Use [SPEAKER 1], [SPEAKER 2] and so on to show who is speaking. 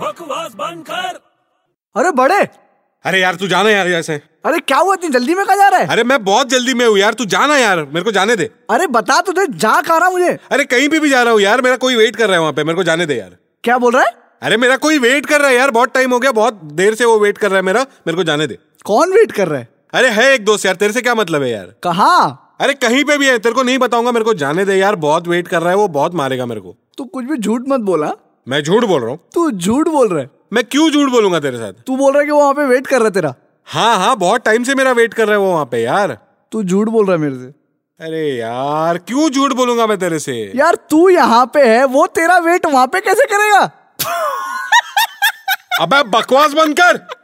[SPEAKER 1] बकवास बंद कर
[SPEAKER 2] अरे बड़े
[SPEAKER 3] अरे यार तू जाना यार ऐसे
[SPEAKER 2] अरे क्या हुआ इतनी जल्दी में कहा जा रहा है
[SPEAKER 3] अरे मैं बहुत जल्दी में हूँ यार तू जाना यार मेरे को जाने दे
[SPEAKER 2] अरे बता तुझे जा खा रहा मुझे
[SPEAKER 3] अरे कहीं भी भी जा रहा हूँ यार मेरा कोई वेट कर रहा है वहाँ पे मेरे को जाने दे यार
[SPEAKER 2] क्या बोल रहा है
[SPEAKER 3] अरे मेरा कोई वेट कर रहा है यार बहुत टाइम हो गया बहुत देर से वो वेट कर रहा है मेरा मेरे को जाने दे
[SPEAKER 2] कौन वेट कर रहा है
[SPEAKER 3] अरे है एक दोस्त यार तेरे से क्या मतलब है यार
[SPEAKER 2] कहा
[SPEAKER 3] अरे कहीं पे भी है तेरे को नहीं बताऊंगा मेरे को जाने दे यार बहुत वेट कर रहा है वो बहुत मारेगा मेरे को
[SPEAKER 2] तू कुछ भी झूठ मत बोला
[SPEAKER 3] मैं झूठ बोल रहा हूँ
[SPEAKER 2] तू झूठ बोल रहा है
[SPEAKER 3] मैं क्यों झूठ बोलूंगा तेरे साथ
[SPEAKER 2] तू बोल रहा है कि वो वहां पे वेट कर रहा है तेरा
[SPEAKER 3] हाँ हाँ बहुत टाइम से मेरा वेट कर रहा है वो वहाँ पे यार
[SPEAKER 2] तू झूठ बोल रहा है मेरे से
[SPEAKER 3] अरे यार क्यों झूठ बोलूंगा मैं तेरे से
[SPEAKER 2] यार तू यहाँ पे है वो तेरा वेट वहां पे कैसे करेगा
[SPEAKER 3] अबे बकवास बंद कर